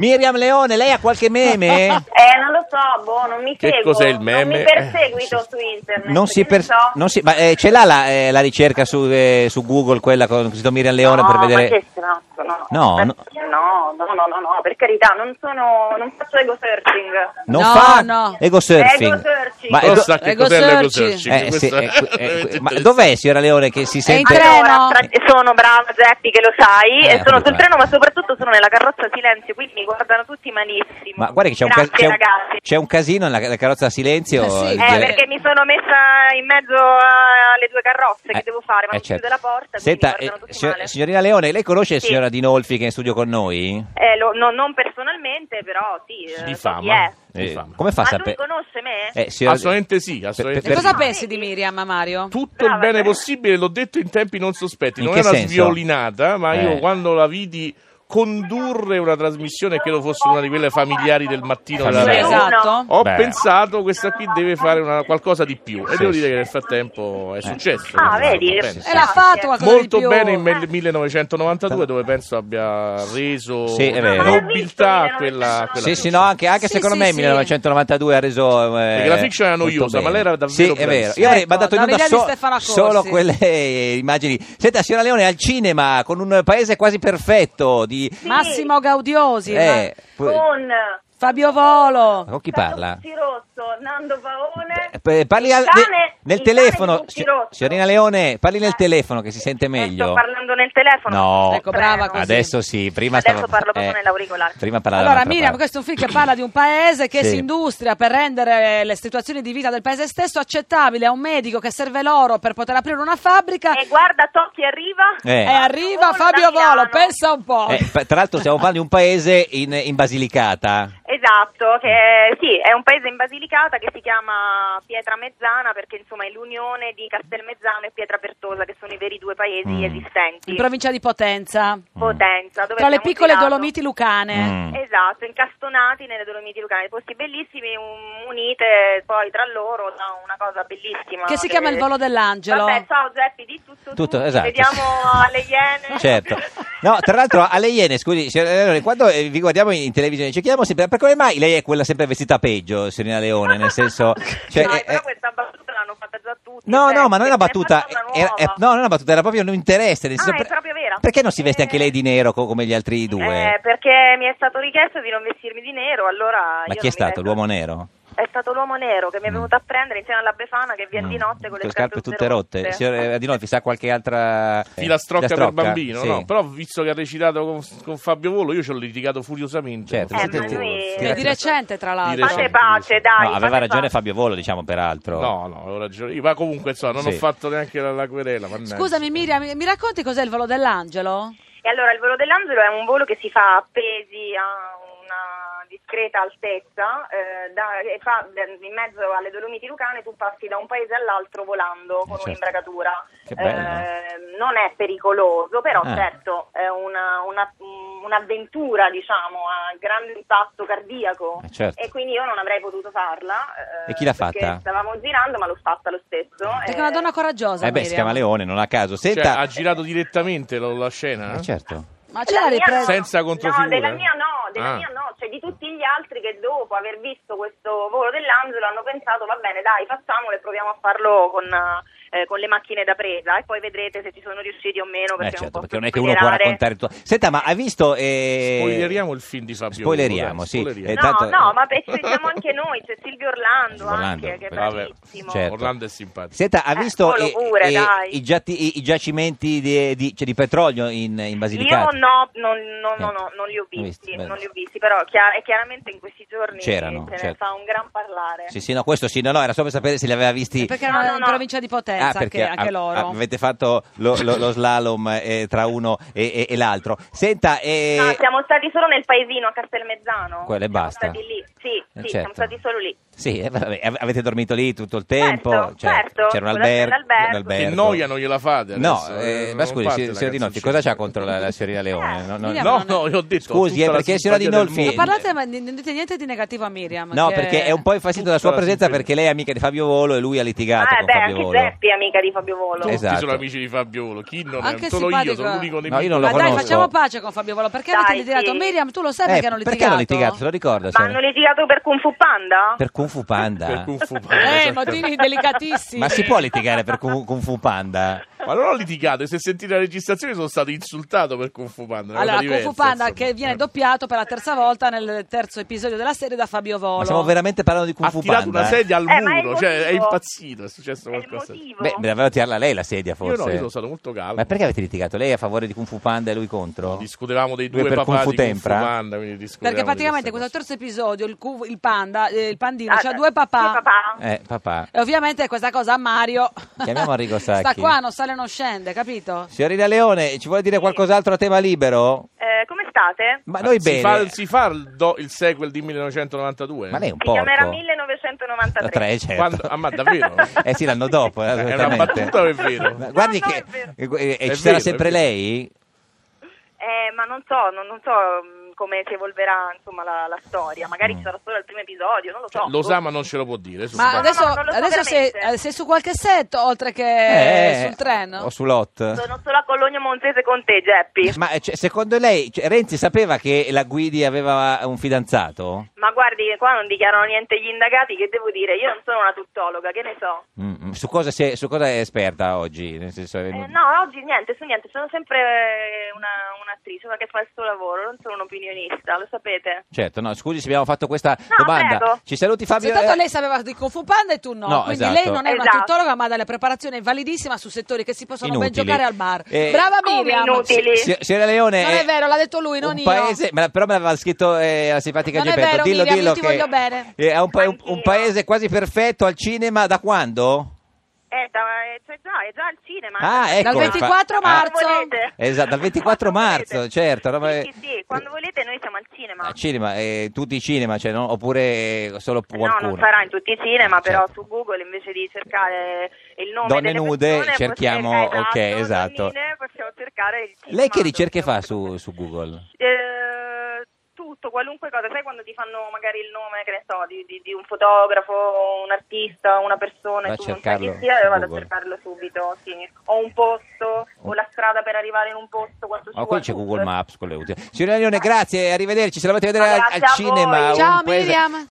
Miriam Leone, lei ha qualche meme? Eh, non lo so, boh, non mi Che seguo. cos'è il meme? Eh, Non mi perseguito su internet. Non si, che ne per- so. non si- ma eh, ce l'ha la, eh, la ricerca su, eh, su Google, quella con scritto Miriam Leone no, per vedere. Ma che stronzo, no. No, Per- no. no, no, no, no, no, per carità, non sono, non faccio ego searching. Non No, fa no. ego surfing. Ego searching. Ma, eh, do- Cosa che Ego cos'è l'ego searching. searching? eh, sì, Questa- eh, que- eh, que- ma dov'è signora Leone che si in sente? tre- Allora, treno. tra- sono brava Zeppi che lo sai, Eh, e sono vabbè. sul treno ma soprattutto sono nella carrozza a silenzio, quindi mi guardano tutti malissimo. Ma guarda che c'è un, Grazie cas- c'è un- ragazzi. c'è un casino nella nella carrozza a silenzio. Eh sì. il- Eh, perché mi sono messa in mezzo a- alle due carrozze che Eh, devo fare, ma eh, non certo. chiude la porta, Senta, quindi mi guardano eh, tutti signor- male. signorina Leone, lei conosce il Sì. signor Adinolfi che è in studio con noi? Eh, lo- no- non personalmente, però sì. eh, Di so fama. chi è. Di Eh, fama. come fa a Ma sapere? lui conosce me? Eh, Ah, signor- Assolutamente sì, assolutamente Per- E sì. cosa pensi di Miriam, Mario? Tutto il Brava, bene eh. possibile, l'ho detto in tempi non sospetti, In non che è una senso? sviolinata, ma Eh. io quando la vidi condurre una trasmissione credo fosse una di quelle familiari del mattino della Familiari. radio. Esatto. Ho Beh. pensato questa qui deve fare una- qualcosa di più e Sì, devo sì. Eh. dire che nel frattempo è successo. Cioè, Ah, quindi, vedi? va bene. E l'ha fatto qualcosa Molto di più. bene in mel- 1992 dove penso abbia reso Sì, è vero. nobiltà a quella, quella Sì, sì, fiction. no, anche, anche Sì, secondo sì, me sì. 1992 ha reso. eh, Perché la fiction era molto noiosa, bene. ma lei era davvero Sì, è bravissima. vero. Io avrei Ecco, mandato in dava onda l'idea di so- Stefano Corsi. solo quelle eh, immagini. Senta, signora Leone, al cinema con un paese quasi perfetto di. Massimo Gaudiosi, Eh, poi- Con Fabio Volo. con chi parla? Tazzo Rosso, Nando Paone. Eh, p- Parli al- Il cane- nel il telefono, cane di si- Cucci Rosso. signorina Leone, parli nel Eh. telefono che si sente Eh, meglio. Sto parlando nel telefono. No. Ecco, brava così. Adesso sì, prima Adesso stavo- parlo proprio nell'auricolare. eh, Prima parlava Allora, dall'altra Miriam, parte. questo è un film che parla di un paese che Sì. si industria per rendere le situazioni di vita del paese stesso accettabili a un medico che serve loro per poter aprire una fabbrica E Eh, guarda, so chi arriva. Eh. e arriva Fabio Volo, pensa un po'. Eh, pa- tra l'altro stiamo parlando di un paese in, in Basilicata. Esatto, che sì, è un paese in Basilicata che si chiama Pietramezzana perché insomma è l'unione di Castelmezzano e Pietrapertosa che sono i veri due paesi Mm. esistenti. In provincia di Potenza, Potenza, dove tra le abbiamo piccole girato. Dolomiti lucane. Mm. Esatto, incastonati nelle Dolomiti Lucane, posti bellissimi, un- unite poi tra loro da una cosa bellissima. Che si chiama il volo dell'angelo. Vabbè, ciao Zeppi, di tutto, Tutto, tu, ci esatto. vediamo alle Iene. Certo. No, tra l'altro alle Iene, scusi, signora Leone, quando eh, vi guardiamo in televisione ci chiediamo sempre, per come mai lei è quella sempre vestita peggio, signorina Leone, nel senso... cioè, no, eh, però eh, questa battuta l'hanno fatta già tutti. No, cioè, no, ma non è se una ne battuta, faccia una era- nuova. eh, no, non è una battuta, era proprio un interesse. nel Ah, senso, è proprio vera. Perché non si veste Eh. anche lei di nero co- come gli altri due? Eh, perché mi è stato richiesto di non vestirmi di nero, allora ma io chi è non mi stato? vesto. L'uomo nero? È stato l'uomo nero che mi è Mm. venuto a prendere insieme alla Befana che viene Mm. di notte con le, scarpe tutte rotte. Signor eh, Adinolfi sa qualche altra... eh, filastrocca per filastrocca? bambino, Sì. no? Però visto che ha recitato con, con Fabio Volo, io ci ho litigato furiosamente. Certo, Eh, con Fabio ma Volo. lui- Sì, È di la- recente, tra l'altro. Di Fate recente. pace, dai. No, aveva fate ragione pace. Fabio Volo, diciamo, peraltro. No, no, avevo ragione. io, Ma comunque, insomma, non Sì. ho fatto neanche la, la querela. mannaggia. Scusami Miriam, mi mi racconti cos'è il volo dell'angelo? E allora il volo dell'angelo è un volo che si fa appesi a una discreta altezza eh, da- e fa- eh, in mezzo alle Dolomiti Lucane tu passi da un paese all'altro volando con certo. un'imbragatura. Che bello. Eh, non è pericoloso, però Ah. certo è una- una- mh, un'avventura diciamo a grande impatto cardiaco Eh, certo. e quindi io non avrei potuto farla. eh, E chi l'ha perché fatta? Stavamo girando ma l'ho fatta lo stesso. Perché eh, è una donna coraggiosa. Eh beh, si Miriam. chiama Leone, non a caso. Cioè, Senta... ha girato direttamente la, la scena? Eh, certo. Ma ce l'ha mia no. ripresa? Senza controfigure? No, della mia no, della Ah. mia no, cioè di tutti gli altri che dopo aver visto questo volo dell'angelo hanno pensato va bene dai facciamolo e proviamo a farlo con, eh, con le macchine da presa e poi vedrete se ci sono riusciti o meno Eh, perché, certo, non, posso perché non è che uno può spoilerare. raccontare tutto. Senta, ma ha visto. Eh... Spoileriamo il film di Fabio Volo, Spoileriamo, dai, sì. spoileriamo. Eh, No, tanto- no, ma pe- ci siamo anche noi, c'è Silvio Orlando, Silvio Orlando, anche, che è vabbè, bravissimo. Eh, certo. Orlando è simpatico. Senta, ha Eh, visto solo pure, dai. i, giatti- i- i giacimenti di, di- cioè, di petrolio in, in Basilicata? Io no, non, non- Niente. no, no, non li ho Non visti, bene. non li ho visti, però chiar- e chiaramente in questi giorni C'erano, se ne certo. fa un gran parlare. Sì, sì, no, questo sì, no, no, era solo per sapere se li aveva visti. Perché No, erano no, in no. provincia di Potenza Ah, anche, perché anche a- loro. a- avete fatto lo, lo- lo slalom eh, tra uno e, e- e l'altro. Senta, eh, Ah, No, siamo stati solo nel paesino a Castelmezzano. Quello e Siamo basta. stati lì. Sì, Eh, sì, certo. siamo stati solo lì. Sì, eh, vabbè, av- avete dormito lì tutto il tempo? Certo, cioè, certo, C'era un con la albergo. tenda un d'albergo. Che albergo. noia non gliela fate certo. No, adesso, eh, ma eh, non scusi, fate si- la signora Di Notti, cazzuccia. cosa c'ha contro la, la signorina Eh, Leone? No, no, Miriam, no. No, no, io ho detto Scusi, tutta eh, la perché signora Di simpatia del Nolfi- mondo. Parlate, ma n- non dite niente di negativo a Miriam. No, che- perché è un po' infastidito dalla sua Tutta la presenza simpatia. perché lei è amica di Fabio Volo e lui ha litigato Ah, con beh, Fabio anche Volo. Zeppi è amica di Fabio Volo. Tutti Esatto. sono amici di Fabiolo, chi non Anche è? Solo io, simpatico, sono eh. l'unico nemico. No, io non lo Ma dai, conosco. facciamo pace con Fabio Volo. Perché avete Dai, litigato? sì. Miriam, tu lo sai Eh, perché hanno litigato? perché hanno litigato? Se lo ricorda? Ma signora? hanno litigato per Kung Fu Panda? Per Kung Fu Panda? Per Kung Fu Panda, Eh, esatto. motivi delicatissimi. Ma si può litigare per Kung, Kung Fu Panda? Ma non ho litigato, e se sentite la registrazione sono stato insultato per Kung Fu Panda. una cosa Allora, diversa, Kung Fu Panda insomma. Eh. che viene doppiato per la terza volta nel terzo episodio della serie da Fabio Volo. Ma stiamo veramente parlando di Kung Ha Fu tirato Panda? una sedia al Eh, ma è il muro, cioè è motivo. impazzito, è successo È il qualcosa. Io motivo. Beh, mi davvero tirarla lei la sedia no, io forse. sono stato molto calmo. Ma perché avete litigato? Lei è a favore di Kung Fu Panda e lui contro? Discutevamo dei Lui due per papà Kung Fu di Kung Fu Tempra? Panda, quindi discutevamo Perché di praticamente questo queste terzo episodio, il, cu- il panda, eh, il pandino, Ah, c'ha due papà. Due papà. Eh, papà. E ovviamente questa cosa a Mario. Chiamiamo Arrigo Sta Sacchi. qua, non sale, non scende, capito? Signorina Leone, ci vuole dire qualcos'altro a tema libero? Eh, come state? Ma cose. noi Ah, si bene. Fa, si fa il, do- il sequel di 1992? Ma lei è un Si chiamerà porco. 1993. Tre, certo. Quando- ah, ma davvero? Eh sì, l'anno dopo. eh, È una assolutamente. battuta o è vero? Ma Guardi No, no, che è vero. eh, eh, È ci sarà vero, è sempre vero. lei? Eh, ma non so, non, non so mh, come si evolverà insomma, la, la storia. Mm. Magari ci sarà solo il primo episodio, non lo so. Lo sa ma non ce lo può dire. su- Ma no, adesso, no, non lo so adesso sei, veramente. eh, sei su qualche set oltre Eh, che sul treno. O sull'hot? Sono solo a Cologno Montese con te, Geppi. Ma eh, cioè, secondo lei cioè, Renzi sapeva che la Guidi aveva un fidanzato? Ma guardi, qua non dichiarano niente gli indagati, che devo dire? Io non sono una tuttologa, che ne so. Mm, mm. Su, cosa si è- su cosa è esperta oggi? Nel senso, è- Eh, no, oggi niente, su niente, sono sempre eh, una, un'attrice perché fa il suo lavoro, non sono un opinionista, lo sapete. Certo, no, scusi se abbiamo fatto questa No, domanda. prego. Ci saluti Fabio. Soltanto eh, lei sapeva di Kung Fu Panda e tu no, No, quindi esatto. lei non è una Esatto. tuttologa ma ha della preparazione validissima su settori che si possono ben Inutili. giocare al bar. Eh, Brava Come Miriam! Oh, inutili? si- Signora Leone. eh, Non è vero, l'ha detto lui, non un io. Paese, me la- però me l'aveva scritto eh, la simpatica Non è Gepetto. vero, dillo, Miriam, dillo io ti che voglio bene. eh, è un, pa- un- un Anch'io. paese quasi perfetto al cinema da quando? Eh, da- eh, cioè già, è già al cinema. Ah, ecco, Dal 24 infa- marzo. Quando volete. Esatto, dal 24 Eh, Quando marzo, volete. certo, no, ma- eh, Sì, sì, sì, quando volete noi siamo al cinema. Al cinema, eh, tutti i cinema, cioè, no? oppure solo Eh, qualcuno? No, non sarà in tutti i cinema, Certo. però su Google invece di cercare il nome Donne delle nude, persone, cerchiamo- possiamo- ok, esatto. donnine, possiamo cercare il cinema Lei che ricerche dove- fa su, su Google? Eh, tutto, qualunque cosa, sai quando ti fanno magari il nome, che ne so, di, di- di un fotografo, un artista, una Va persona, e a tu non sai cercarlo chi sia, su e vado a Google. cercarlo subito, sì. O un posto, o la strada per arrivare in un posto, quanto ci Oh, qui vuole c'è tutto. Google Maps, quello è utile. Signorina Leone, grazie, arrivederci, se la volete vedere al, Ma grazie al a cinema. voi. un Ciao paese- Miriam!